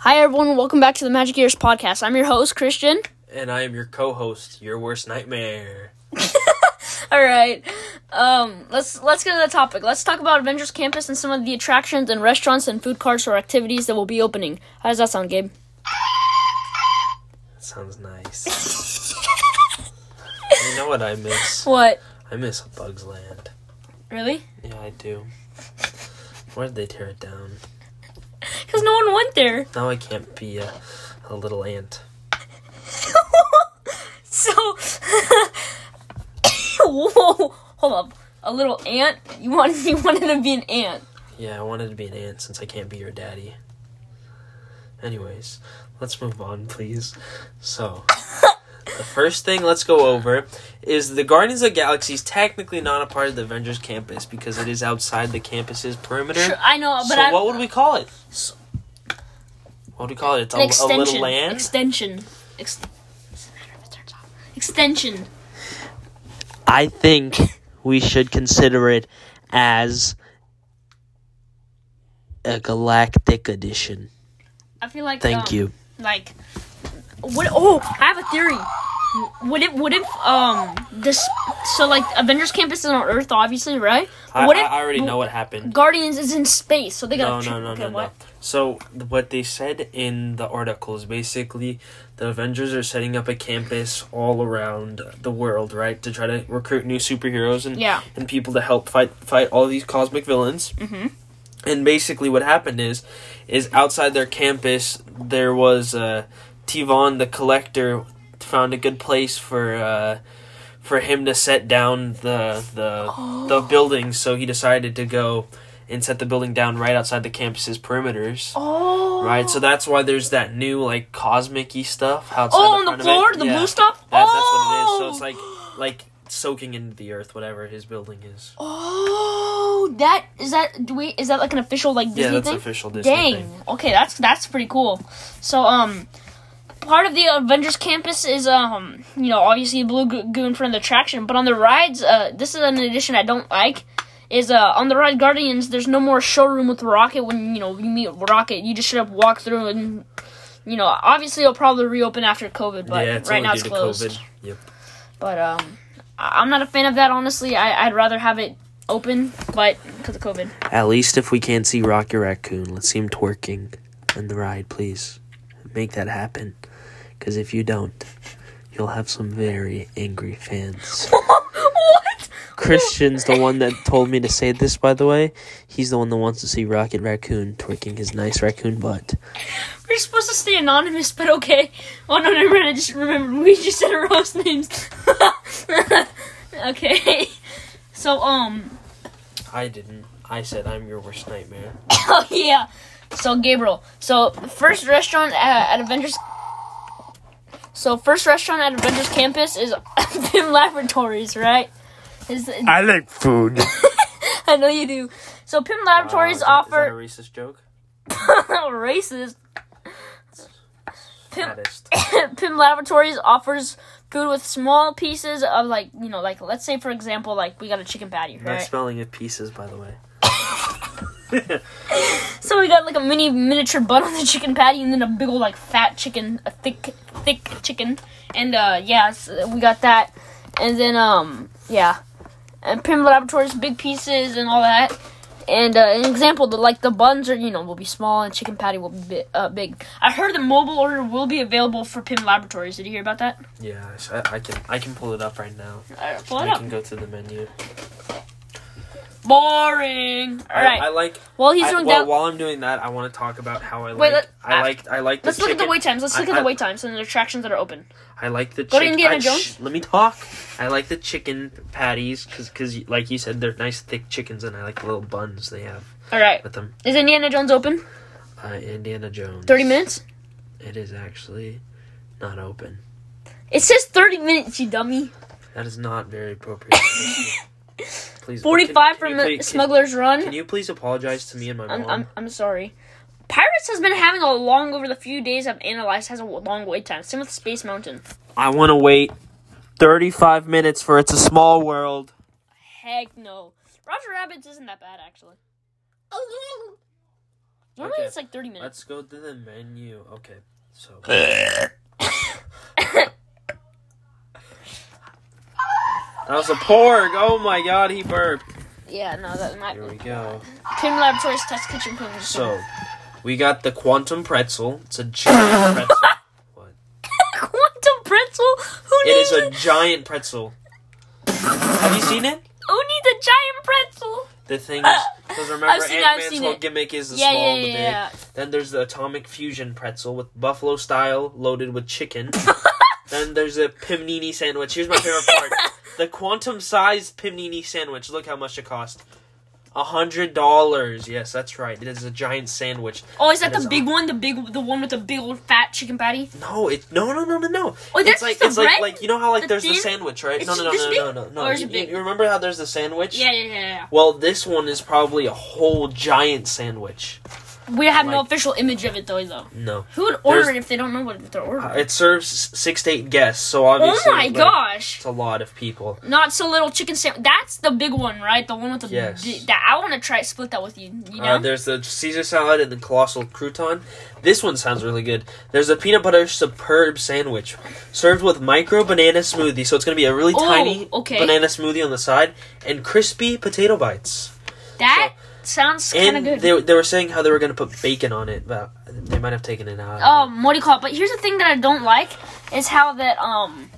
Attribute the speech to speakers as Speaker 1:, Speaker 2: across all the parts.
Speaker 1: Hi, everyone. Welcome back to the Magic Years podcast. I'm your host, Christian.
Speaker 2: And I am your co-host, your worst nightmare.
Speaker 1: All right. Um, let's let's get to the topic. Let's talk about Avengers Campus and some of the attractions and restaurants and food carts or activities that will be opening. How does that sound, Gabe?
Speaker 2: That sounds nice. you know what I miss?
Speaker 1: What?
Speaker 2: I miss Bugs Land.
Speaker 1: Really?
Speaker 2: Yeah, I do. Why did they tear it down?
Speaker 1: Because no one went there.
Speaker 2: Now I can't be a, a little ant.
Speaker 1: so, whoa, hold up. A little ant? You wanted you wanted to be an ant?
Speaker 2: Yeah, I wanted to be an ant since I can't be your daddy. Anyways, let's move on, please. So, the first thing let's go over is the Guardians of the Galaxy is technically not a part of the Avengers campus because it is outside the campus's perimeter.
Speaker 1: Sure, I know, but
Speaker 2: so
Speaker 1: I
Speaker 2: what would we call it?
Speaker 1: S-
Speaker 2: What do we call it? It's a,
Speaker 1: an
Speaker 2: a
Speaker 1: extension.
Speaker 2: little land.
Speaker 1: Extension. Ex- doesn't matter if it turns off. Extension.
Speaker 2: I think we should consider it as a galactic edition.
Speaker 1: I feel like.
Speaker 2: Thank
Speaker 1: um,
Speaker 2: you.
Speaker 1: like what oh i have a theory would it would if um this so like avengers campus is on earth obviously right
Speaker 2: I,
Speaker 1: what
Speaker 2: I-
Speaker 1: if
Speaker 2: I already know what happened.
Speaker 1: guardians is in space so they
Speaker 2: No,
Speaker 1: got
Speaker 2: no, no,
Speaker 1: okay,
Speaker 2: no, no.
Speaker 1: what?
Speaker 2: So what they said in the article is basically the Avengers are setting up a campus all around the world, right, to try to recruit new superheroes and
Speaker 1: yeah
Speaker 2: and people to help fight fight all these cosmic villains.
Speaker 1: Mhm.
Speaker 2: And basically, what happened is, is outside their campus there was uh, Tivon the Collector found a good place for uh, for him to set down the the
Speaker 1: Oh.
Speaker 2: the building. So he decided to go and set the building down right outside the campus's perimeters.
Speaker 1: oh
Speaker 2: Right, so that's why there's that new like cosmic-y stuff outside.
Speaker 1: oh on
Speaker 2: front
Speaker 1: the
Speaker 2: of it.
Speaker 1: floor the
Speaker 2: Yeah.
Speaker 1: blue stuff
Speaker 2: That,
Speaker 1: oh!
Speaker 2: That's what it is. So it's like like soaking into the earth, whatever his building is.
Speaker 1: oh that is that do we is that like an official like disney
Speaker 2: yeah, that's
Speaker 1: thing
Speaker 2: official Disney
Speaker 1: Dang.
Speaker 2: thing.
Speaker 1: Okay, that's that's pretty cool. So um, part of the Avengers campus is um, you know, obviously Blue Goon for the attraction, but on the rides, uh, this is an addition I don't like. Is uh on the ride Guardians? There's no more showroom with Rocket. When you know you meet Rocket, you just should have walked through and. You know, obviously it'll probably reopen after COVID, but
Speaker 2: yeah, it's
Speaker 1: right
Speaker 2: only
Speaker 1: now
Speaker 2: due
Speaker 1: it's
Speaker 2: to
Speaker 1: closed.
Speaker 2: COVID. Yep.
Speaker 1: But um, I- I'm not a fan of that. Honestly, I- I'd rather have it open, but because of COVID.
Speaker 2: At least if we can't see Rocky Raccoon, let's see him twerking in the ride, please. Make that happen. Because if you don't, you'll have some very angry fans.
Speaker 1: what?
Speaker 2: Christian's the one that told me to say this, by the way. He's the one that wants to see Rocket Raccoon twerking his nice raccoon butt.
Speaker 1: We're supposed to stay anonymous, but okay. Oh no, never mind. I just remembered we just said our host names. okay. So um.
Speaker 2: I didn't. I said I'm your worst nightmare.
Speaker 1: Oh yeah. So Gabriel. So first restaurant at, at Avengers. So first restaurant at Avengers Campus is Vim Laboratories, right? Is,
Speaker 3: I like food.
Speaker 1: I know you do. So Pim Laboratories offer
Speaker 2: Uh, Oh, Is that a racist joke?
Speaker 1: racist. Pim- Pim Laboratories offers food with small pieces of like you know like let's say for example like we got a chicken patty
Speaker 2: Not
Speaker 1: right
Speaker 2: smelling of pieces, by the way.
Speaker 1: so we got like a mini miniature bun on the chicken patty and then a big old like fat chicken a thick thick chicken and uh yeah so we got that and then um yeah and Pim Laboratories big pieces and all that and uh, an example the like the buns are you know will be small and chicken patty will be bi- uh, big I heard the mobile order will be available for Pim Laboratories did you hear about that
Speaker 2: Yeah, so I, I can I can pull it up right now.
Speaker 1: uh, pull it
Speaker 2: I
Speaker 1: up
Speaker 2: can go to the menu.
Speaker 1: boring all right
Speaker 2: I, I like.
Speaker 1: Well, he's
Speaker 2: I-
Speaker 1: doing
Speaker 2: well,
Speaker 1: that.
Speaker 2: while I'm doing that, I want to talk about how I like.
Speaker 1: let-
Speaker 2: I
Speaker 1: I-
Speaker 2: like. I like. The
Speaker 1: Let's look at the
Speaker 2: chicken-
Speaker 1: wait times. Let's
Speaker 2: I-
Speaker 1: look at the
Speaker 2: I-
Speaker 1: wait times and the attractions that are open.
Speaker 2: I like the.
Speaker 1: Go to
Speaker 2: chick-
Speaker 1: Indiana
Speaker 2: I-
Speaker 1: Jones.
Speaker 2: shh, let me talk. I like the chicken patties because because like you said, they're nice thick chickens, and I like the little buns they have
Speaker 1: All right.
Speaker 2: with them.
Speaker 1: Is Indiana Jones open?
Speaker 2: Uh, Indiana Jones.
Speaker 1: 30 minutes?
Speaker 2: It is actually not open.
Speaker 1: It says 30 minutes, you dummy.
Speaker 2: That is not very appropriate. please. can-
Speaker 1: 45
Speaker 2: can you
Speaker 1: from
Speaker 2: please- can-
Speaker 1: Smuggler's Run.
Speaker 2: Can you please apologize to me and my
Speaker 1: I'm,
Speaker 2: mom?
Speaker 1: I'm, I'm sorry. Pirates has been having a long over the few days I've analyzed has a w- long wait time. Same with Space Mountain.
Speaker 2: I want to wait 35 minutes for It's a Small World.
Speaker 1: Heck no. Roger Rabbit's isn't that bad actually. Normally
Speaker 2: Okay.
Speaker 1: it's like 30 minutes.
Speaker 2: Let's go to the menu. Okay, so that was a porg. Oh my god, he burped.
Speaker 1: Yeah, no, that might
Speaker 2: Here we
Speaker 1: be.
Speaker 2: go.
Speaker 1: Pim Laboratories Test Kitchen Pim.
Speaker 2: So we got the quantum pretzel. It's a giant pretzel. What?
Speaker 1: Quantum pretzel? Who
Speaker 2: It
Speaker 1: needs
Speaker 2: is a giant pretzel. Have you seen it?
Speaker 1: Who needs a giant pretzel?
Speaker 2: The thing is, because remember
Speaker 1: seen it, I've
Speaker 2: Ant Man's
Speaker 1: seen
Speaker 2: whole
Speaker 1: it.
Speaker 2: gimmick is the
Speaker 1: Yeah,
Speaker 2: small,
Speaker 1: yeah,
Speaker 2: and the big.
Speaker 1: yeah,
Speaker 2: Then there's the atomic fusion pretzel with buffalo style, loaded with chicken. then there's a pimnini sandwich. Here's my favorite part: the quantum sized pimnini sandwich. Look how much it cost. A hundred dollars. Yes, that's right. It is a giant sandwich.
Speaker 1: Oh, is that
Speaker 2: It is
Speaker 1: the big one? The big, the one with the big old fat chicken patty?
Speaker 2: No, it no no no no no.
Speaker 1: Oh, that's
Speaker 2: it's like
Speaker 1: just the
Speaker 2: it's like
Speaker 1: bread?
Speaker 2: like you know how like
Speaker 1: The
Speaker 2: there's the
Speaker 1: thin-
Speaker 2: sandwich right?
Speaker 1: It's
Speaker 2: No no no
Speaker 1: just
Speaker 2: no
Speaker 1: this
Speaker 2: no no
Speaker 1: big?
Speaker 2: no.
Speaker 1: Or is
Speaker 2: You,
Speaker 1: it big?
Speaker 2: you remember how there's the sandwich?
Speaker 1: Yeah, yeah, yeah,
Speaker 2: Well, this one is probably a whole giant sandwich.
Speaker 1: yeah. We have no
Speaker 2: Like-
Speaker 1: official image of it though, though.
Speaker 2: No,
Speaker 1: Who would order it
Speaker 2: There's-
Speaker 1: if they don't know what they're ordering?
Speaker 2: Uh, it serves s- six to eight guests, so obviously.
Speaker 1: oh my
Speaker 2: like,
Speaker 1: gosh!
Speaker 2: It's a lot of people.
Speaker 1: Not so little chicken sandwich. That's the big one, right? The one with the
Speaker 2: Yes.
Speaker 1: big- that I want to try split that with you. You know.
Speaker 2: Uh, there's the Caesar salad and the colossal crouton. This one sounds really good. There's a peanut butter superb sandwich, served with micro banana smoothie. So it's gonna be a really
Speaker 1: Oh,
Speaker 2: tiny
Speaker 1: okay.
Speaker 2: banana smoothie on the side and crispy potato bites.
Speaker 1: that sounds kind of
Speaker 2: And
Speaker 1: good.
Speaker 2: they they were saying how they were gonna put bacon on it, but they might have taken it out.
Speaker 1: um, what do you call it? But here's the thing that I don't like is how that um,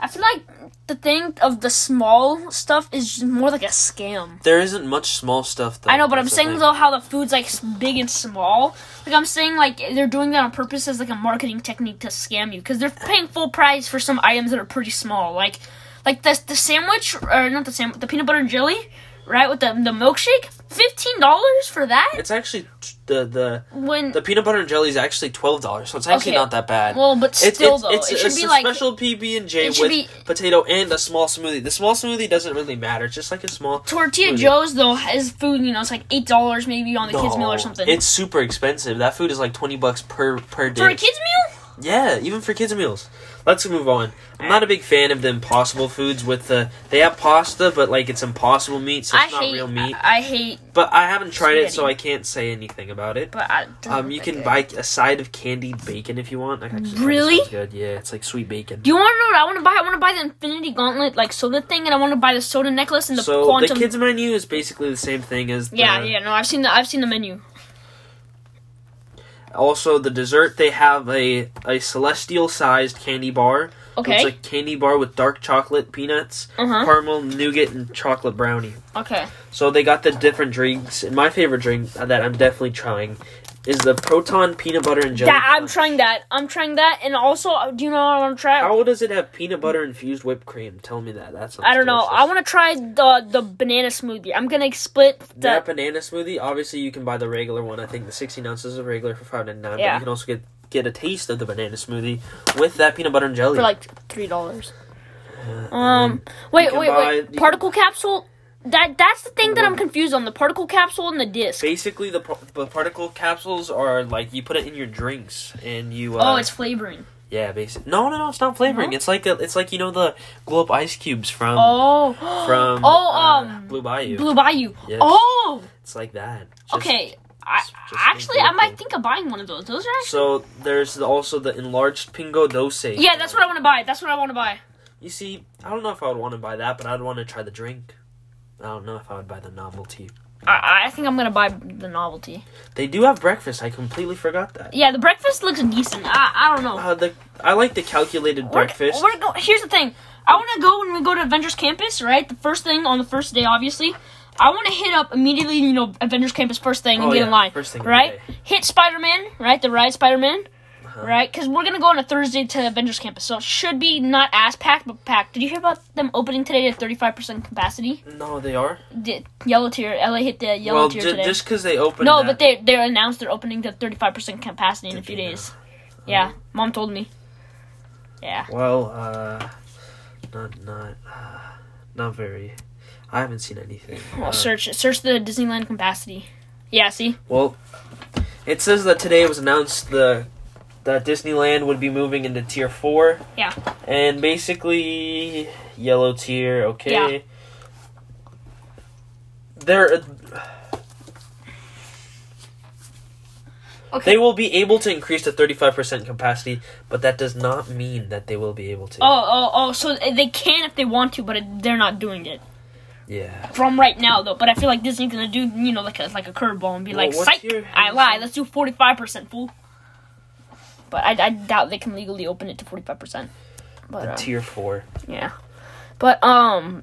Speaker 1: I feel like the thing of the small stuff is just more like a scam.
Speaker 2: there isn't much small stuff though.
Speaker 1: I know, but I'm
Speaker 2: that's the
Speaker 1: saying
Speaker 2: thing.
Speaker 1: though how the food's like s- big and small. Like I'm saying, like they're doing that on purpose as like a marketing technique to scam you because they're paying full price for some items that are pretty small. Like, like the the sandwich or not the sandwich, the peanut butter and jelly, right? With the the milkshake, fifteen dollars for that.
Speaker 2: It's actually t- the the
Speaker 1: When
Speaker 2: the peanut butter and jelly is actually twelve dollars, so it's actually
Speaker 1: Okay.
Speaker 2: not that bad.
Speaker 1: well, but
Speaker 2: It's-
Speaker 1: still
Speaker 2: it's,
Speaker 1: though,
Speaker 2: it's,
Speaker 1: it should
Speaker 2: it's
Speaker 1: be
Speaker 2: a
Speaker 1: like
Speaker 2: special PB and J
Speaker 1: it
Speaker 2: with
Speaker 1: should be-
Speaker 2: potato and a small smoothie. The small smoothie doesn't really matter; it's just like a small.
Speaker 1: tortilla
Speaker 2: smoothie.
Speaker 1: joe's though has food. You know, it's like eight dollars maybe on the kids meal
Speaker 2: No,
Speaker 1: or something.
Speaker 2: It's super expensive. That food is like twenty bucks per per day.
Speaker 1: for a kids meal.
Speaker 2: yeah, even for kids meals. Let's move on. I'm not a big fan of the Impossible foods with the. They have pasta, but like it's Impossible meat, so
Speaker 1: I
Speaker 2: it's not
Speaker 1: hate.
Speaker 2: real meat.
Speaker 1: I, I hate.
Speaker 2: but I haven't tried it, so
Speaker 1: spaghetti.
Speaker 2: I can't say anything about it.
Speaker 1: But I, it doesn't
Speaker 2: Um,
Speaker 1: look
Speaker 2: you
Speaker 1: that
Speaker 2: can
Speaker 1: good.
Speaker 2: buy a side of candied bacon if you want. I actually think that
Speaker 1: Really?
Speaker 2: sounds Good. Yeah, it's like sweet bacon.
Speaker 1: Do you want to know what I want to buy? I want to buy the Infinity Gauntlet, like soda thing, and I want to buy the soda necklace and the
Speaker 2: so
Speaker 1: quantum.
Speaker 2: the kids uh, menu is basically the same thing as the,
Speaker 1: yeah, yeah. No, I've seen the I've seen the menu.
Speaker 2: Also, the dessert they have a a celestial sized candy bar.
Speaker 1: Okay.
Speaker 2: it's a candy bar with dark chocolate, peanuts,
Speaker 1: Uh-huh.
Speaker 2: caramel, nougat, and chocolate brownie.
Speaker 1: okay.
Speaker 2: So they got the different drinks, and my favorite drink that I'm definitely trying is the proton peanut butter and jelly.
Speaker 1: That I'm trying that. I'm trying that, and also, uh, do you know what I want to try?
Speaker 2: How does it have peanut butter infused whipped cream? Tell me that. That's
Speaker 1: I don't know. I want to try the the banana smoothie. I'm gonna split the.
Speaker 2: that banana smoothie. Obviously, you can buy the regular one. I think the 16 ounces of regular for five ninety nine. But
Speaker 1: Yeah.
Speaker 2: you can also get get a taste of the banana smoothie with that peanut butter and jelly. Uh,
Speaker 1: for like three dollars. Um, wait,
Speaker 2: can
Speaker 1: wait,
Speaker 2: buy- you
Speaker 1: wait.
Speaker 2: can-
Speaker 1: Particle capsule. That that's the thing that I'm confused on. The particle capsule and the disc.
Speaker 2: Basically, the, par- the particle capsules are like you put it in your drinks and you. Uh,
Speaker 1: Oh, it's flavoring.
Speaker 2: yeah, basically. No, no, no, it's not flavoring.
Speaker 1: No?
Speaker 2: It's like a, it's like you know the glow up ice cubes from
Speaker 1: Oh,
Speaker 2: Um, from
Speaker 1: oh,
Speaker 2: uh,
Speaker 1: um,
Speaker 2: Blue Bayou.
Speaker 1: Blue Bayou.
Speaker 2: Yes.
Speaker 1: Oh,
Speaker 2: It's like that. Just-
Speaker 1: okay. I,
Speaker 2: just
Speaker 1: actually,
Speaker 2: make
Speaker 1: I
Speaker 2: it
Speaker 1: might
Speaker 2: look
Speaker 1: think of buying one of those. Those are actually.
Speaker 2: So there's the, also the enlarged pingo dose.
Speaker 1: Yeah, that's what I want to buy. That's what I want to buy.
Speaker 2: You see, I don't know if I would want to buy that, but I'd want to try the drink. I don't know if I would buy the novelty.
Speaker 1: I, I think I'm gonna buy the novelty.
Speaker 2: They do have breakfast. I completely forgot that.
Speaker 1: Yeah, the breakfast looks decent. I, I don't know.
Speaker 2: Uh, the I like the calculated breakfast.
Speaker 1: We're, we're go- here's the thing. I want to go when we go to Avengers Campus, right? The first thing on the first day, obviously. I want to hit up immediately, you know, Avengers Campus first thing and
Speaker 2: Oh,
Speaker 1: get
Speaker 2: yeah,
Speaker 1: in line,
Speaker 2: first thing of the
Speaker 1: right?
Speaker 2: day.
Speaker 1: Hit Spider Man, right? The ride Spider Man,
Speaker 2: Uh-huh.
Speaker 1: right? Because we're gonna go on a Thursday to Avengers Campus, so it should be not as packed, but packed. Did you hear about them opening today at thirty five percent capacity?
Speaker 2: no, they are.
Speaker 1: Did yellow tier? LA hit the yellow
Speaker 2: well,
Speaker 1: tier
Speaker 2: ju-
Speaker 1: today.
Speaker 2: just because they opened.
Speaker 1: no,
Speaker 2: that-
Speaker 1: but they they announced they're opening to thirty five percent capacity in a
Speaker 2: Did
Speaker 1: few
Speaker 2: they
Speaker 1: days. Yeah, mom told me. Yeah.
Speaker 2: Well, uh, not not uh, not very. I haven't seen anything.
Speaker 1: Well,
Speaker 2: Uh,
Speaker 1: search it. Search the Disneyland capacity. Yeah, see.
Speaker 2: Well, it says that today it was announced the that Disneyland would be moving into tier four.
Speaker 1: Yeah.
Speaker 2: And basically, yellow tier. Okay. There.
Speaker 1: Okay.
Speaker 2: They will be able to increase to 35% capacity, but that does not mean that they will be able to.
Speaker 1: oh, oh, oh. So they can if they want to, but it, they're not doing it
Speaker 2: Yeah.
Speaker 1: from right now though. But I feel like Disney's gonna do you know like a like a curveball and be
Speaker 2: Well,
Speaker 1: like,
Speaker 2: what's
Speaker 1: "Psych,
Speaker 2: your-
Speaker 1: I lie. Let's do forty five percent, fool." But I, I doubt they can legally open it to forty five percent. But uh,
Speaker 2: Tier 4.
Speaker 1: Yeah. But um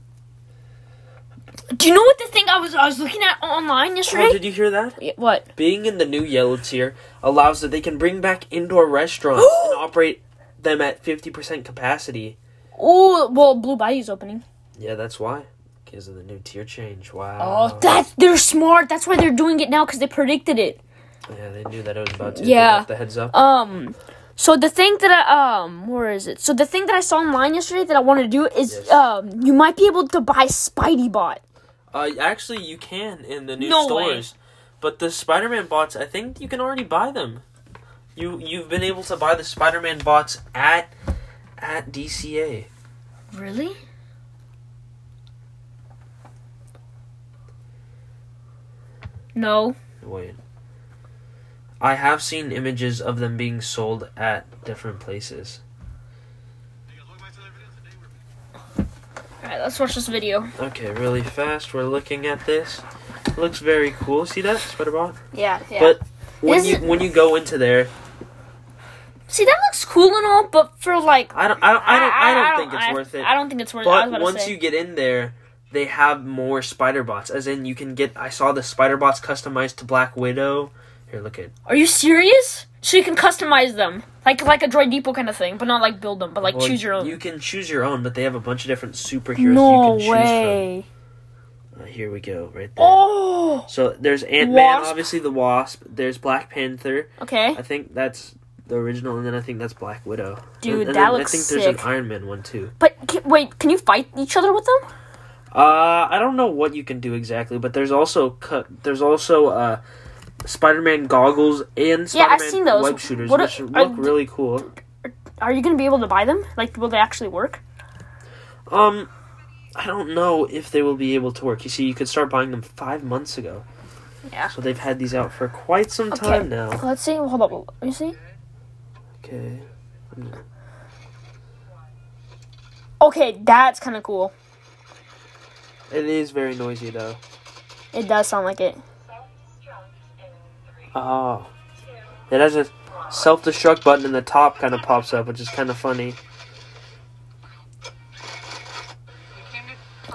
Speaker 1: Do you know what the thing I was I was looking at online
Speaker 2: Oh,
Speaker 1: yesterday?
Speaker 2: did you hear that?
Speaker 1: Yeah, What?
Speaker 2: Being in the new yellow tier allows that they can bring back indoor restaurants and operate them at 50% capacity.
Speaker 1: Oh, well, Blue Bayou's opening.
Speaker 2: Yeah, that's why. Because of the new tier change. Wow.
Speaker 1: Oh, that they're smart. That's why they're doing it now cuz they predicted it.
Speaker 2: Yeah, they knew that it was about to.
Speaker 1: Yeah.
Speaker 2: Yeah. The heads up.
Speaker 1: Um so the thing that I, um where is it? So the thing that I saw online yesterday that I wanted to do is
Speaker 2: Yes.
Speaker 1: um you might be able to buy Spidey Bot.
Speaker 2: Uh, actually, you can in the new
Speaker 1: No
Speaker 2: stores, but the Spider-Man bots, I think you can already buy them. You you've been able to buy the Spider-Man bots at at DCA.
Speaker 1: Really? No.
Speaker 2: Wait, I have seen images of them being sold at different places.
Speaker 1: All right, let's watch this video.
Speaker 2: Okay, really fast, we're looking at this. Looks very cool. See that Spider Bot?
Speaker 1: Yeah, yeah.
Speaker 2: But when
Speaker 1: Is
Speaker 2: you
Speaker 1: it-
Speaker 2: when you go into there,
Speaker 1: See, that looks cool and all, but for like,
Speaker 2: I don't I don't I don't, I don't, think it's worth it.
Speaker 1: I don't think it's worth. it. I was
Speaker 2: But
Speaker 1: about to
Speaker 2: once
Speaker 1: say.
Speaker 2: you get in there, they have more spider bots. As in, you can get. I saw the spider bots customized to Black Widow. Here, look at.
Speaker 1: Are you serious? So you can customize them, like like a Droid Depot kind of thing, but not like build them, but like
Speaker 2: well,
Speaker 1: choose your own.
Speaker 2: You can choose your own, but they have a bunch of different superheroes
Speaker 1: no
Speaker 2: you can
Speaker 1: way!
Speaker 2: choose from. Uh, here we go, right there.
Speaker 1: Oh,
Speaker 2: So there's Ant Man,
Speaker 1: Wasp.
Speaker 2: obviously the Wasp. There's Black Panther.
Speaker 1: okay.
Speaker 2: I think that's the original, and then I think that's Black Widow. And-
Speaker 1: Dude,
Speaker 2: and,
Speaker 1: that
Speaker 2: then
Speaker 1: looks
Speaker 2: I think there's
Speaker 1: sick.
Speaker 2: an Iron Man one too.
Speaker 1: But can, wait, can you fight each other with them?
Speaker 2: Uh, I don't know what you can do exactly, but there's also cu- there's also uh, Spider-Man goggles and
Speaker 1: Yeah,
Speaker 2: Spider-Man
Speaker 1: I've seen those.
Speaker 2: web shooters,
Speaker 1: What are-
Speaker 2: which
Speaker 1: are-
Speaker 2: look really cool.
Speaker 1: Are you gonna be able to buy them? Like, will they actually work?
Speaker 2: Um, I don't know if they will be able to work. You see, you could start buying them five months ago.
Speaker 1: Yeah.
Speaker 2: So they've had these out for quite some
Speaker 1: Okay.
Speaker 2: time now.
Speaker 1: Let's see. Hold up. Let me see.
Speaker 2: Okay.
Speaker 1: Okay, that's kind of cool.
Speaker 2: It is very noisy though.
Speaker 1: It does sound like it.
Speaker 2: Oh. It has a self-destruct button in the top kind of pops up, which is kind of funny.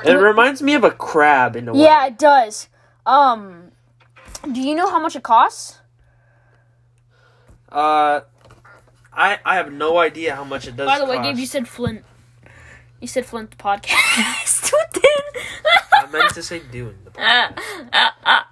Speaker 2: It reminds me of a crab in a way.
Speaker 1: Yeah, it does. Um, do you know how much it costs?
Speaker 2: Uh, I I have no idea how much it does.
Speaker 1: By the way,
Speaker 2: cost.
Speaker 1: Gabe, you said Flint. You said Flint the podcast. Ah, Too
Speaker 2: I meant to say doing the.
Speaker 1: ah, Uh.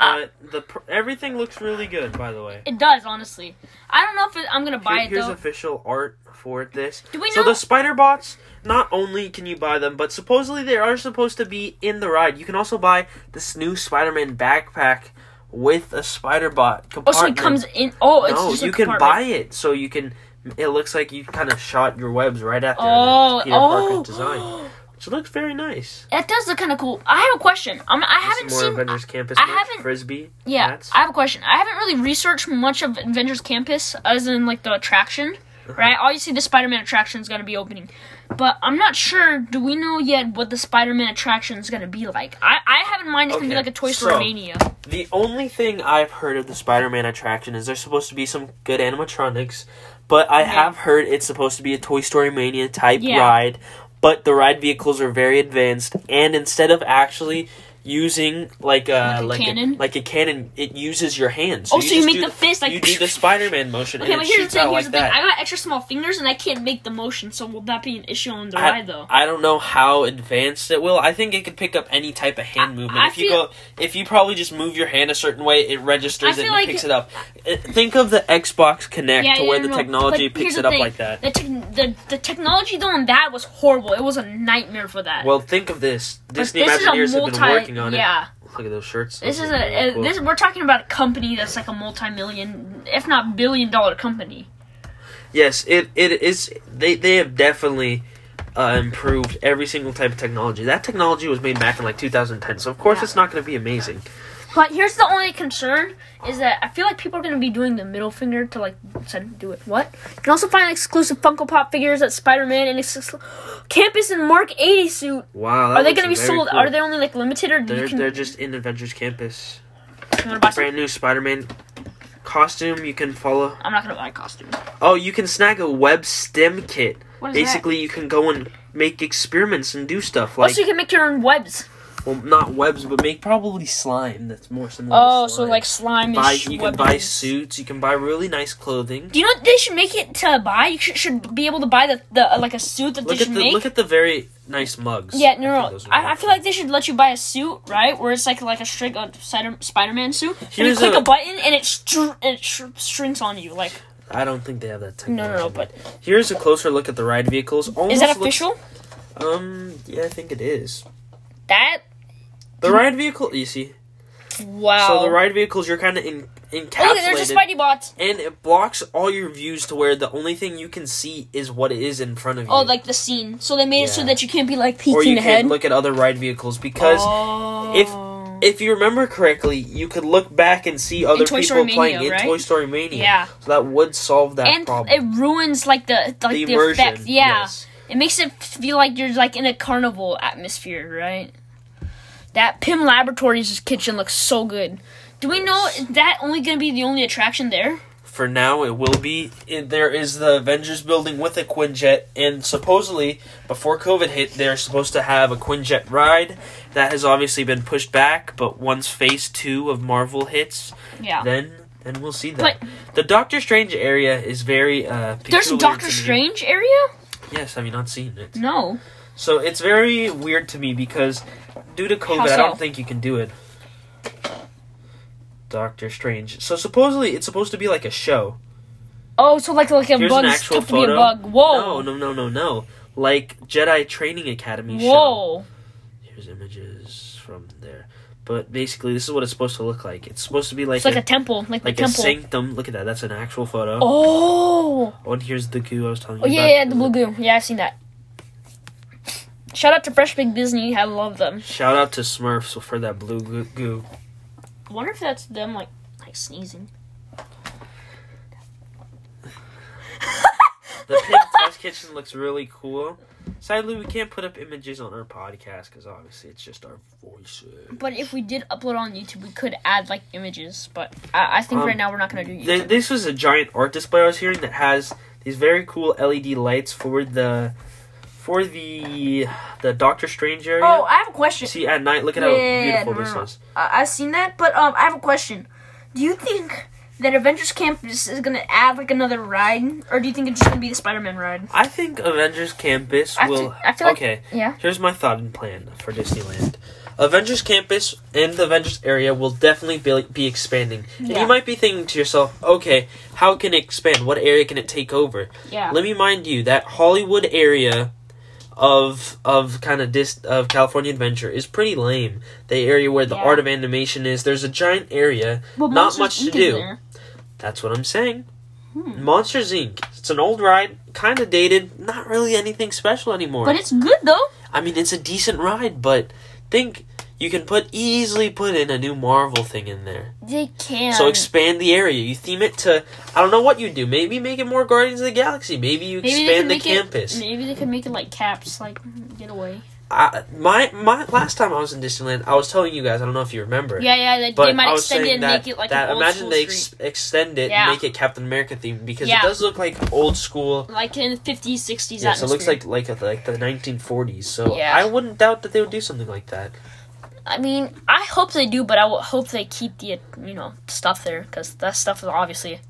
Speaker 2: But the pr- everything looks really good. By the way,
Speaker 1: it does, honestly. I don't know if it, I'm gonna buy
Speaker 2: Here-
Speaker 1: it
Speaker 2: here's
Speaker 1: though.
Speaker 2: official art for this.
Speaker 1: Do we
Speaker 2: so
Speaker 1: know-
Speaker 2: the spider bots? Not only can you buy them, but supposedly they are supposed to be in the ride. You can also buy this new Spider-Man backpack with a spider bot
Speaker 1: oh,
Speaker 2: compartment.
Speaker 1: so it comes in. Oh, it's
Speaker 2: no,
Speaker 1: just a
Speaker 2: you can
Speaker 1: compartment.
Speaker 2: buy it. So you can. It looks like you kind of shot your webs right after
Speaker 1: Oh,
Speaker 2: Peter
Speaker 1: oh.
Speaker 2: Parker's design, which looks very nice.
Speaker 1: That does look kind of cool. I have a question. I'm, I
Speaker 2: There's
Speaker 1: haven't
Speaker 2: some more
Speaker 1: seen.
Speaker 2: Avengers Campus.
Speaker 1: I
Speaker 2: merch,
Speaker 1: haven't-
Speaker 2: Frisbee.
Speaker 1: yeah,
Speaker 2: hats.
Speaker 1: I have a question. I haven't really researched much of Avengers Campus, as in like the attraction,
Speaker 2: Uh-huh.
Speaker 1: right? Obviously, the Spider-Man attraction is gonna be opening, but I'm not sure. Do we know yet what the Spider-Man attraction is gonna be like? I, I have in mind it's gonna be
Speaker 2: Okay,
Speaker 1: like a Toy Story
Speaker 2: so-
Speaker 1: Mania.
Speaker 2: The only thing I've heard of the Spider-Man attraction is there's supposed to be some good animatronics, but I have heard it's supposed to be a Toy Story Mania type
Speaker 1: Yeah.
Speaker 2: ride, but the ride vehicles are very advanced, and instead of actually using like
Speaker 1: Like
Speaker 2: a
Speaker 1: a
Speaker 2: like a,
Speaker 1: cannon?
Speaker 2: like a cannon, it uses your hands.
Speaker 1: Oh, so you
Speaker 2: just
Speaker 1: make
Speaker 2: do
Speaker 1: the fist, like-
Speaker 2: you do the Spider-Man motion.
Speaker 1: Okay,
Speaker 2: and
Speaker 1: but
Speaker 2: it
Speaker 1: here's the
Speaker 2: shoots
Speaker 1: thing.
Speaker 2: out
Speaker 1: Here's
Speaker 2: like
Speaker 1: the thing.
Speaker 2: that.
Speaker 1: I got extra small fingers, and I can't make the motion. So will that be an issue on the
Speaker 2: I,
Speaker 1: ride, though?
Speaker 2: I don't know how advanced it will. I think it could pick up any type of hand
Speaker 1: I-
Speaker 2: movement.
Speaker 1: I
Speaker 2: if you
Speaker 1: feel-
Speaker 2: go, if you probably just move your hand a certain way, it registers
Speaker 1: I
Speaker 2: it and
Speaker 1: feel
Speaker 2: it
Speaker 1: like-
Speaker 2: picks it up. Uh, Think of the Xbox Connect to where
Speaker 1: no,
Speaker 2: the
Speaker 1: no, no.
Speaker 2: technology
Speaker 1: But here's
Speaker 2: picks
Speaker 1: the
Speaker 2: it up
Speaker 1: thing.
Speaker 2: like that.
Speaker 1: The, tech the the technology though on that was horrible. It was a nightmare for that.
Speaker 2: Well, think of this.
Speaker 1: Uh, But
Speaker 2: Disney Imagineers have been working on
Speaker 1: yeah.
Speaker 2: it. Look at those shirts.
Speaker 1: This
Speaker 2: Those
Speaker 1: is
Speaker 2: are
Speaker 1: a,
Speaker 2: really
Speaker 1: a
Speaker 2: cool.
Speaker 1: this we're talking about a company that's like a multi-million, if not billion dollar company.
Speaker 2: Yes, it it is. They they have definitely uh, improved every single type of technology. That technology was made back in like 2010, so of course
Speaker 1: Yeah.
Speaker 2: it's not going to be amazing.
Speaker 1: But here's the only concern is that I feel like people are gonna be doing the middle finger to like send do it. What? You can also find exclusive Funko Pop figures at Spider Man and ex- Campus and Mark 80 suit.
Speaker 2: Wow. that
Speaker 1: Are they
Speaker 2: looks
Speaker 1: gonna be
Speaker 2: very
Speaker 1: sold?
Speaker 2: cool.
Speaker 1: Are they only like limited or do
Speaker 2: They're,
Speaker 1: you can
Speaker 2: they're just in Avengers Campus.
Speaker 1: you wanna buy some?
Speaker 2: Brand new Spider-Man costume. You can follow.
Speaker 1: I'm not gonna buy costumes.
Speaker 2: Oh, you can snag a web stem kit.
Speaker 1: What is
Speaker 2: Basically, you can go and make experiments and do stuff
Speaker 1: that?
Speaker 2: like
Speaker 1: Also, you can make your own webs.
Speaker 2: well, not webs, but make probably slime. That's more similar. to
Speaker 1: Oh, so
Speaker 2: slime.
Speaker 1: like slime.
Speaker 2: buy
Speaker 1: is
Speaker 2: you can
Speaker 1: web
Speaker 2: buy
Speaker 1: based.
Speaker 2: suits. You can buy really nice clothing.
Speaker 1: Do you know what they should make it to buy? You should, should be able to buy the, the uh, like a suit that
Speaker 2: Look
Speaker 1: they
Speaker 2: at
Speaker 1: should
Speaker 2: the
Speaker 1: make.
Speaker 2: look at the very nice mugs.
Speaker 1: yeah,
Speaker 2: I
Speaker 1: no,
Speaker 2: think
Speaker 1: no.
Speaker 2: those are
Speaker 1: I,
Speaker 2: really
Speaker 1: I feel like they should let you buy a suit, right? Where it's like like a string a Spider Man suit. and you
Speaker 2: Here's
Speaker 1: click a,
Speaker 2: a-
Speaker 1: button and it str- and it sh- shrinks on you. Like
Speaker 2: cool. I don't think they have
Speaker 1: no,
Speaker 2: that technology.
Speaker 1: no, no. But
Speaker 2: here's a closer look at the ride vehicles. Almost
Speaker 1: is that
Speaker 2: looks-
Speaker 1: official?
Speaker 2: um, yeah, I think it is.
Speaker 1: That
Speaker 2: The ride vehicle, you see.
Speaker 1: wow.
Speaker 2: So the ride vehicles, you're kind of in,
Speaker 1: Oh, look, Um, they're just
Speaker 2: encapsulated,
Speaker 1: Spidey bots.
Speaker 2: and it blocks all your views to where the only thing you can see is what is in front of you.
Speaker 1: Oh, like the scene. So they made it so
Speaker 2: Yeah.
Speaker 1: that you can't be like
Speaker 2: or
Speaker 1: peeking
Speaker 2: you
Speaker 1: ahead. Oh.
Speaker 2: can look at other ride vehicles because if- if you remember correctly, you could look back and see other
Speaker 1: Toy
Speaker 2: people
Speaker 1: Story Mania,
Speaker 2: playing
Speaker 1: right?
Speaker 2: in Toy Story Mania.
Speaker 1: yeah,
Speaker 2: So that would solve that
Speaker 1: and
Speaker 2: problem.
Speaker 1: it ruins like the like the,
Speaker 2: the immersion.
Speaker 1: effect. Yeah.
Speaker 2: yes.
Speaker 1: It makes it feel like you're like in a carnival atmosphere, right? That Pym Laboratories kitchen looks so good. Do we know is that only gonna be the only attraction there?
Speaker 2: For now, it will be. It, there is the Avengers building with a Quinjet, and supposedly, before COVID hit, they're supposed to have a Quinjet ride. That has obviously been pushed back, but once Phase 2 of Marvel hits,
Speaker 1: Yeah.
Speaker 2: then then we'll see that. the Doctor Strange area is very uh,
Speaker 1: There's a
Speaker 2: peculiar
Speaker 1: Doctor
Speaker 2: to me.
Speaker 1: Strange area?
Speaker 2: Yes, have you not seen it?
Speaker 1: No.
Speaker 2: So it's very weird to me because due to COVID,
Speaker 1: How
Speaker 2: I
Speaker 1: so?
Speaker 2: don't think you can do it. Doctor Strange. So supposedly it's supposed to be like a show.
Speaker 1: Oh, so like like a
Speaker 2: Here's
Speaker 1: bug
Speaker 2: an
Speaker 1: is
Speaker 2: actual
Speaker 1: tough to be a
Speaker 2: photo.
Speaker 1: bug. Whoa.
Speaker 2: No, no, no, no, no. Like Jedi Training Academy show.
Speaker 1: Whoa.
Speaker 2: Here's images from there. But basically, this is what it's supposed to look like. It's supposed to be like
Speaker 1: it's like
Speaker 2: a,
Speaker 1: a, temple. Like,
Speaker 2: like
Speaker 1: the
Speaker 2: a
Speaker 1: temple.
Speaker 2: sanctum. Look at that. That's an actual photo. Oh,
Speaker 1: oh.
Speaker 2: and here's the goo I was telling you
Speaker 1: Oh yeah,
Speaker 2: about.
Speaker 1: yeah, the blue goo. Yeah, I've seen that. Shout out to Fresh Big Disney. I love them.
Speaker 2: Shout out to Smurfs for that blue goo. goo.
Speaker 1: I wonder if that's them like like sneezing.
Speaker 2: The Pimp Test Kitchen looks really cool. Sadly, we can't put up images on our podcast because obviously it's just our voices.
Speaker 1: But if we did upload on YouTube, we could add like images. But I, I think
Speaker 2: Um,
Speaker 1: right now we're not gonna do YouTube.
Speaker 2: Th- this was a giant art display I was hearing that has these very cool LED lights for the for the the Doctor Strange area.
Speaker 1: oh, I have a question.
Speaker 2: See at night, look at
Speaker 1: Yeah,
Speaker 2: how
Speaker 1: no,
Speaker 2: beautiful
Speaker 1: no, no.
Speaker 2: this is.
Speaker 1: I- I've seen that, but um, I have a question. Do you think that Avengers Campus is gonna add like another ride, or do you think it's just gonna be the Spider-Man ride?
Speaker 2: I think Avengers Campus
Speaker 1: I
Speaker 2: will.
Speaker 1: feel- I feel like-
Speaker 2: okay,
Speaker 1: Yeah.
Speaker 2: here's my thought and plan for Disneyland. Avengers Campus and the Avengers area will definitely be, be expanding. And
Speaker 1: Yeah.
Speaker 2: you might be thinking to yourself, okay, how can it expand? What area can it take over?
Speaker 1: Yeah.
Speaker 2: Let me remind you that Hollywood area of of kind of dis of California Adventure is pretty lame. The area where the
Speaker 1: Yeah.
Speaker 2: art of animation is, there's a giant area.
Speaker 1: But
Speaker 2: not
Speaker 1: Monsters,
Speaker 2: much to
Speaker 1: Inc. is
Speaker 2: do.
Speaker 1: there.
Speaker 2: That's what I'm saying.
Speaker 1: Hmm.
Speaker 2: Monsters Inc. It's an old ride, kind of dated, not really anything special anymore.
Speaker 1: But it's good though.
Speaker 2: I mean, it's a decent ride, but think you can put easily put in a new Marvel thing in there.
Speaker 1: They can.
Speaker 2: so expand the area. You theme it to I don't know what you do. Maybe make it more Guardians of the Galaxy. Maybe you
Speaker 1: Maybe they
Speaker 2: expand the
Speaker 1: could make it-
Speaker 2: campus.
Speaker 1: Maybe they could make it like caps, like get away.
Speaker 2: I, my my last time I was in Disneyland, I was telling you guys. I don't know if you remember.
Speaker 1: Yeah, yeah. They,
Speaker 2: But
Speaker 1: they might
Speaker 2: I was
Speaker 1: extend it
Speaker 2: saying
Speaker 1: and
Speaker 2: that,
Speaker 1: make it like
Speaker 2: that
Speaker 1: an old
Speaker 2: imagine
Speaker 1: school
Speaker 2: they
Speaker 1: street.
Speaker 2: ex- extend it
Speaker 1: Yeah.
Speaker 2: and make it Captain America themed because
Speaker 1: Yeah.
Speaker 2: it does look like old school
Speaker 1: like in the 50s, 60s
Speaker 2: Yeah,
Speaker 1: atmosphere.
Speaker 2: so it looks like like like the 1940s. So
Speaker 1: Yeah.
Speaker 2: I wouldn't doubt that they would do something like that.
Speaker 1: I mean, I hope they do, but I would hope they keep the you know stuff there because that stuff is obviously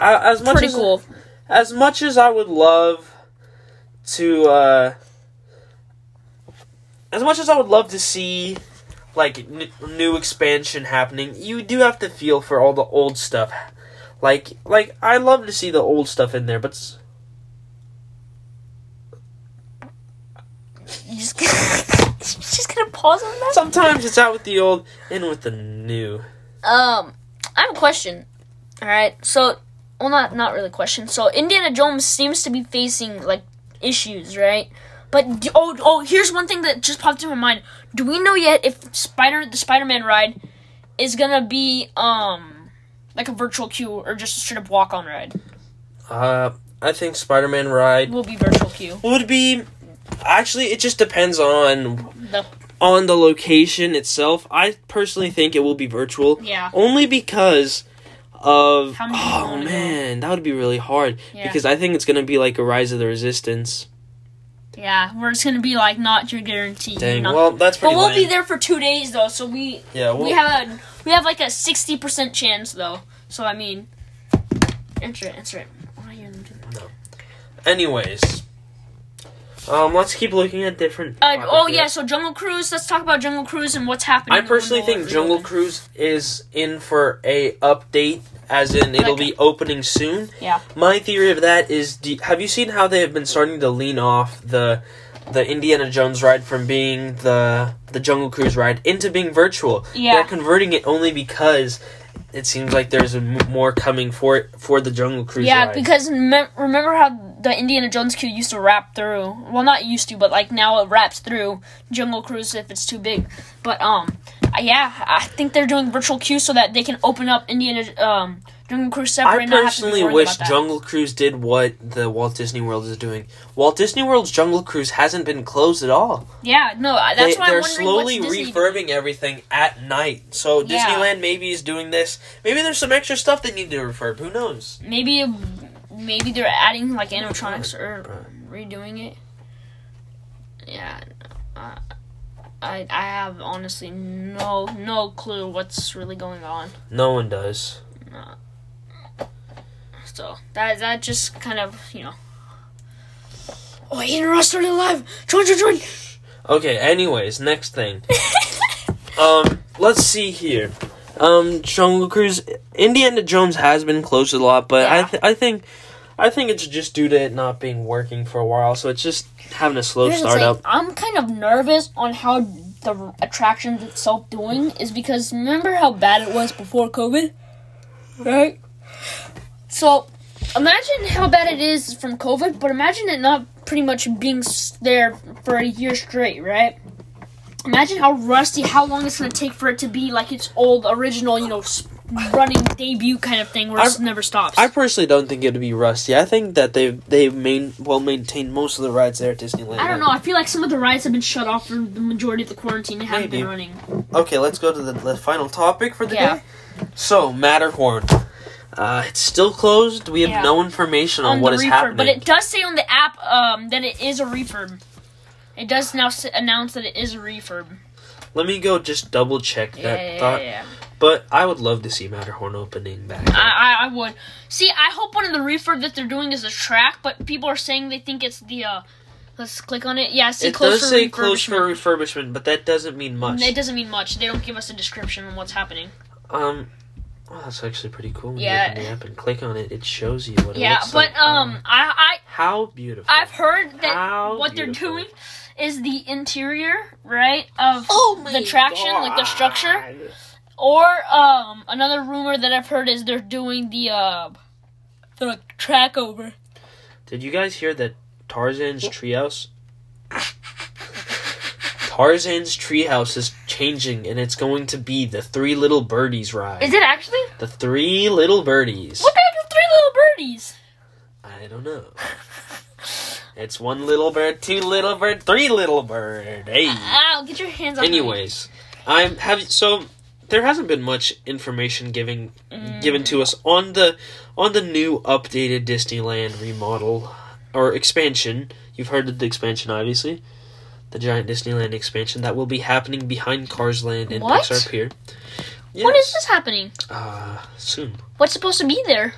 Speaker 2: I, as much
Speaker 1: pretty
Speaker 2: as
Speaker 1: cool.
Speaker 2: as much as I would love to, uh, as much as I would love to see like n- new expansion happening, you do have to feel for all the old stuff. Like like I love to see the old stuff in there, but s-
Speaker 1: You just just gonna pause on that.
Speaker 2: sometimes it's out with the old, in with the new.
Speaker 1: Um, I have a question. All right, so well, not not really a question. So Indiana Jones seems to be facing like issues, right? But do, oh oh, here's one thing that just popped in my mind. Do we know yet if Spider the Spider Man ride is gonna be um like a virtual queue or just a straight up walk on ride.
Speaker 2: Uh, I think Spider Man ride
Speaker 1: Will be virtual queue.
Speaker 2: would be. Actually, it just depends on
Speaker 1: The
Speaker 2: on the location itself. I personally think it will be virtual,
Speaker 1: yeah.
Speaker 2: only because of.
Speaker 1: How many people
Speaker 2: Oh
Speaker 1: wanna go?
Speaker 2: man, that would be really hard
Speaker 1: Yeah.
Speaker 2: because I think it's gonna be like a Rise of the Resistance.
Speaker 1: Yeah, where it's gonna be like not your guarantee.
Speaker 2: Dang.
Speaker 1: not-
Speaker 2: Well, that's
Speaker 1: but
Speaker 2: pretty.
Speaker 1: we'll be
Speaker 2: lame.
Speaker 1: there for two days though, so we
Speaker 2: Yeah, we'll,
Speaker 1: we have a we have like a sixty percent chance though. So I mean, answer it, answer it. Why are you doing that?
Speaker 2: Anyways, um, let's keep looking at different.
Speaker 1: Uh, oh
Speaker 2: topics.
Speaker 1: yeah, so Jungle Cruise. Let's talk about Jungle Cruise and what's happening.
Speaker 2: I personally
Speaker 1: in the
Speaker 2: think
Speaker 1: world.
Speaker 2: Jungle Cruise is in for a update, as in it'll
Speaker 1: Like-
Speaker 2: be opening soon.
Speaker 1: Yeah.
Speaker 2: My theory of that is, do, have you seen how they have been starting to lean off the the Indiana Jones ride from being the the Jungle Cruise ride into being virtual?
Speaker 1: Yeah.
Speaker 2: They're converting it only because it seems like there's m- more coming for it for the Jungle Cruise.
Speaker 1: Yeah,
Speaker 2: ride.
Speaker 1: because mem- remember how the Indiana Jones queue used to wrap through? Well, not used to, but like now it wraps through Jungle Cruise if it's too big. But um, uh, yeah, I think they're doing virtual queue so that they can open up Indiana um Jungle Cruise separate.
Speaker 2: I
Speaker 1: and not have to be
Speaker 2: personally
Speaker 1: worried
Speaker 2: wish
Speaker 1: about that.
Speaker 2: Jungle Cruise did what the Walt Disney World is doing. Walt Disney World's Jungle Cruise hasn't been closed at all.
Speaker 1: Yeah, no, I- that's
Speaker 2: they,
Speaker 1: why I'm
Speaker 2: they're
Speaker 1: wondering
Speaker 2: slowly
Speaker 1: what's Disney doing.
Speaker 2: refurbing everything at night. So
Speaker 1: Yeah.
Speaker 2: Disneyland maybe is doing this. Maybe there's some extra stuff they need to refurb. Who knows?
Speaker 1: Maybe maybe they're adding like animatronics or redoing it. Yeah. Uh, I, I have honestly no no clue what's really going on.
Speaker 2: No one does.
Speaker 1: So that that just kind of you know. Oh, Aiden Ross started live. Join, join, join.
Speaker 2: Okay. Anyways, next thing. um, let's see here. Um, Jungle Cruise, Indiana Jones has been closed a lot, but I
Speaker 1: Yeah.
Speaker 2: th- I think. I think it's just due to it not being working for a while, so it's just having a slow
Speaker 1: Here's the
Speaker 2: start up.
Speaker 1: thing, I'm kind of nervous on how the attraction itself doing is because remember how bad it was before COVID, right? So imagine how bad it is from COVID, but imagine it not pretty much being s- there for a year straight, right? Imagine how rusty, how long it's gonna take for it to be like its old original, you know, s- running debut kind of thing where it
Speaker 2: I-
Speaker 1: s- never stops.
Speaker 2: I personally don't think it'd be rusty. I think that they've they've main well maintained most of the rides there at Disneyland.
Speaker 1: I don't know. I feel like some of the rides have been shut off for the majority of the quarantine and haven't
Speaker 2: Maybe.
Speaker 1: been running.
Speaker 2: Okay, let's go to the, the final topic for the
Speaker 1: Yeah.
Speaker 2: day. So Matterhorn, uh, it's still closed. We have
Speaker 1: Yeah.
Speaker 2: no information on,
Speaker 1: on
Speaker 2: what
Speaker 1: the
Speaker 2: is
Speaker 1: refurb,
Speaker 2: happening.
Speaker 1: but it does say on the app um, that it is a refurb. It does now s- announce that it is a refurb.
Speaker 2: Let me go just double check that
Speaker 1: Yeah, yeah,
Speaker 2: thought.
Speaker 1: yeah, yeah.
Speaker 2: But I would love to see Matterhorn opening back. up.
Speaker 1: I, I, I would see. I hope one of the refurb that they're doing is a track, but people are saying they think it's the. Uh, let's click on it. Yeah, see,
Speaker 2: it
Speaker 1: close
Speaker 2: does
Speaker 1: for
Speaker 2: say closed for
Speaker 1: refurbishment.
Speaker 2: refurbishment, but that doesn't mean much.
Speaker 1: It doesn't mean much. They don't give us a description on what's happening.
Speaker 2: um, well, that's actually pretty cool. When
Speaker 1: Yeah.
Speaker 2: you open the app and click on it, it shows you what. it
Speaker 1: yeah,
Speaker 2: looks
Speaker 1: but
Speaker 2: like.
Speaker 1: um, I, I
Speaker 2: how beautiful.
Speaker 1: I've heard that
Speaker 2: How
Speaker 1: what they're
Speaker 2: beautiful.
Speaker 1: doing is the interior, right, of
Speaker 2: Oh
Speaker 1: the traction, like the structure. Or um, another rumor that I've heard is they're doing the uh, the track over.
Speaker 2: Did you guys hear that Tarzan's treehouse? Tarzan's treehouse is changing, and it's going to be the Three Little Birdies ride.
Speaker 1: Is it actually?
Speaker 2: the Three Little Birdies.
Speaker 1: What the heck is three little birdies?
Speaker 2: I don't know. It's one little bird, two little bird, three little bird. Hey.
Speaker 1: Ow! Ah, Get your hands on.
Speaker 2: Anyways, I'm have so there hasn't been much information giving
Speaker 1: Mm.
Speaker 2: given
Speaker 1: Hmm.
Speaker 2: to us on the on the new updated Disneyland remodel or expansion. You've heard of the expansion, obviously, the giant Disneyland expansion that will be happening behind Cars Land and
Speaker 1: What?
Speaker 2: Pixar Pier. Yes,
Speaker 1: me. When is this happening?
Speaker 2: Uh, soon.
Speaker 1: What's supposed to be there?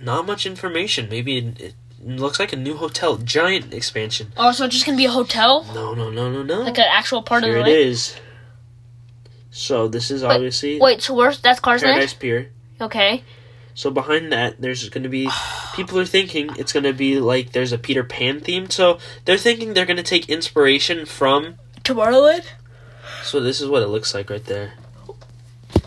Speaker 2: Not much information. Maybe it, it looks like a new hotel, giant expansion.
Speaker 1: Oh, so it's just gonna be a hotel,
Speaker 2: No, no, no, no, no.
Speaker 1: like an actual part
Speaker 2: Here
Speaker 1: of
Speaker 2: it
Speaker 1: the lake.
Speaker 2: is. So this is
Speaker 1: Wait,
Speaker 2: obviously
Speaker 1: Wait, so where's that's Cars Land?
Speaker 2: Paradise Pier.
Speaker 1: Okay.
Speaker 2: So behind that, there's going to be people are thinking it's going to be like there's a Peter Pan theme. So they're thinking they're going to take inspiration from.
Speaker 1: Tomorrowland,
Speaker 2: So this is what it looks like right there.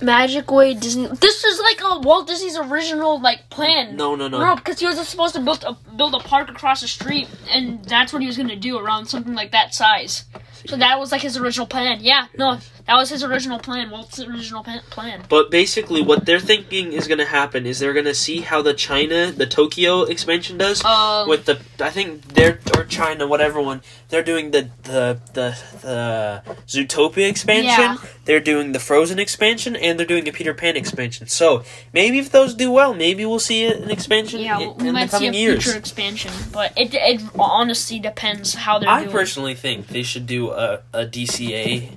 Speaker 1: Magic Way, Disney. This is like a Walt Disney's original like plan.
Speaker 2: No, no, no.
Speaker 1: No, because he was supposed to build a build a park across the street, and that's what he was going to do around something like that size. So that was like his original plan. Yeah, no, That was his original plan. Walt's original pa- plan.
Speaker 2: But basically, what they're thinking is going to happen is they're going to see how the China, the Tokyo expansion does
Speaker 1: Um,
Speaker 2: with the. I think they're or China, whatever one they're doing the the the, the Zootopia expansion.
Speaker 1: Yeah.
Speaker 2: They're doing the Frozen expansion, and they're doing a Peter Pan expansion. So maybe if those do well, maybe we'll see an expansion
Speaker 1: yeah,
Speaker 2: in,
Speaker 1: we- we
Speaker 2: in the
Speaker 1: might see a
Speaker 2: coming years.
Speaker 1: future expansion, but it it honestly depends how they're
Speaker 2: I
Speaker 1: doing.
Speaker 2: personally think they should do a, a DCA.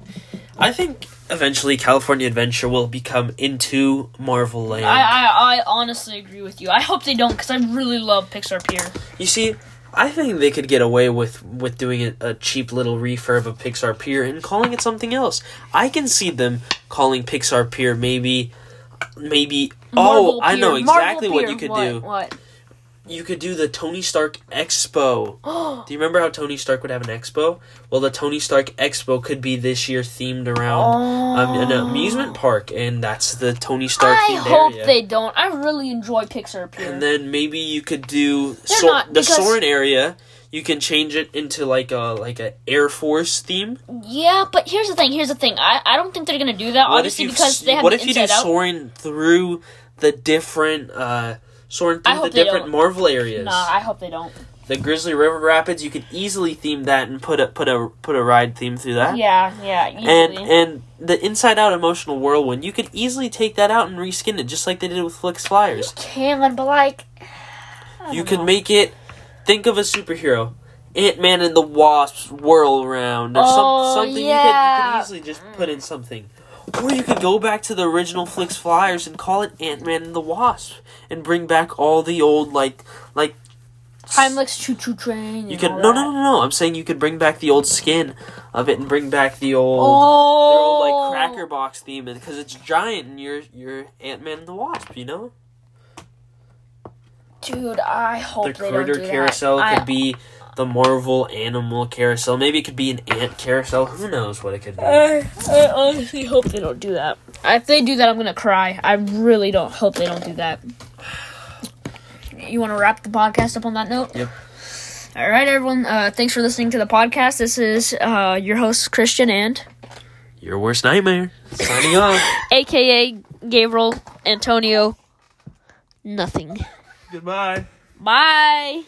Speaker 2: I think eventually California Adventure will become into Marvel Land.
Speaker 1: I, I I honestly agree with you. I hope they don't because I really love Pixar Pier.
Speaker 2: You see, I think they could get away with with doing a, a cheap little refurb of Pixar Pier and calling it something else. I can see them calling Pixar Pier maybe maybe oh,
Speaker 1: Marvel
Speaker 2: I
Speaker 1: Pier.
Speaker 2: know
Speaker 1: Marvel
Speaker 2: exactly what
Speaker 1: Pier.
Speaker 2: you could
Speaker 1: What?
Speaker 2: do.
Speaker 1: What?
Speaker 2: You could do the Tony Stark Expo.
Speaker 1: Oh,
Speaker 2: Do you remember how Tony Stark would have an expo? Well, the Tony Stark Expo could be this year themed around um, an amusement park, and that's the Tony Stark
Speaker 1: Oh. I
Speaker 2: themed
Speaker 1: hope
Speaker 2: area.
Speaker 1: they don't. I really enjoy Pixar Pier.
Speaker 2: And then maybe you could do
Speaker 1: They're
Speaker 2: so-
Speaker 1: not,
Speaker 2: the
Speaker 1: because-
Speaker 2: Soren area. You can change it into like a like a Air Force theme.
Speaker 1: yeah, but here's the thing. Here's the thing. I, I don't think they're gonna do that.
Speaker 2: What if
Speaker 1: obviously,
Speaker 2: you
Speaker 1: because they have
Speaker 2: what
Speaker 1: the
Speaker 2: if you do
Speaker 1: Inside Out.
Speaker 2: Soren through the different uh Soren
Speaker 1: I
Speaker 2: through the
Speaker 1: hope they
Speaker 2: different
Speaker 1: don't.
Speaker 2: Marvel areas?
Speaker 1: Nah, I hope they don't.
Speaker 2: The Grizzly River Rapids. You could easily theme that and put a put a put a ride theme through that.
Speaker 1: Yeah, yeah,
Speaker 2: And
Speaker 1: easily.
Speaker 2: and the Inside Out emotional whirlwind. You could easily take that out and reskin it just like they did with Flicks Flyers.
Speaker 1: Can but like I
Speaker 2: You
Speaker 1: don't
Speaker 2: could
Speaker 1: know.
Speaker 2: make it. Think of a superhero, Ant Man and the Wasp's whirl round, or
Speaker 1: Oh,
Speaker 2: some, something.
Speaker 1: yeah.
Speaker 2: You, could, you could easily just put in something, or you could go back to the original Flicks Flyers and call it Ant Man and the Wasp, and bring back all the old like like. s-
Speaker 1: Heimlich's choo choo train.
Speaker 2: You
Speaker 1: and
Speaker 2: could
Speaker 1: all
Speaker 2: no no
Speaker 1: that.
Speaker 2: no no. I'm saying you could bring back the old skin of it and bring back the old. their
Speaker 1: Oh,
Speaker 2: old like cracker box theme because it's giant and you're you're Ant Man and the Wasp, you know?
Speaker 1: dude. I hope
Speaker 2: the
Speaker 1: they don't
Speaker 2: critter
Speaker 1: do that.
Speaker 2: carousel
Speaker 1: I-
Speaker 2: could be the Marvel animal carousel. Maybe it could be an ant carousel. Who knows what it could be?
Speaker 1: I, I honestly hope they don't do that. If they do that, I'm gonna cry. I really don't hope they don't do that. You want to wrap the podcast up on that note?
Speaker 2: Yep.
Speaker 1: All right, everyone. Uh, thanks for listening to the podcast. This is uh, your host Christian and
Speaker 2: Your worst nightmare. Signing off.
Speaker 1: AKA Gabriel Antonio. Nothing.
Speaker 2: Goodbye.
Speaker 1: Bye.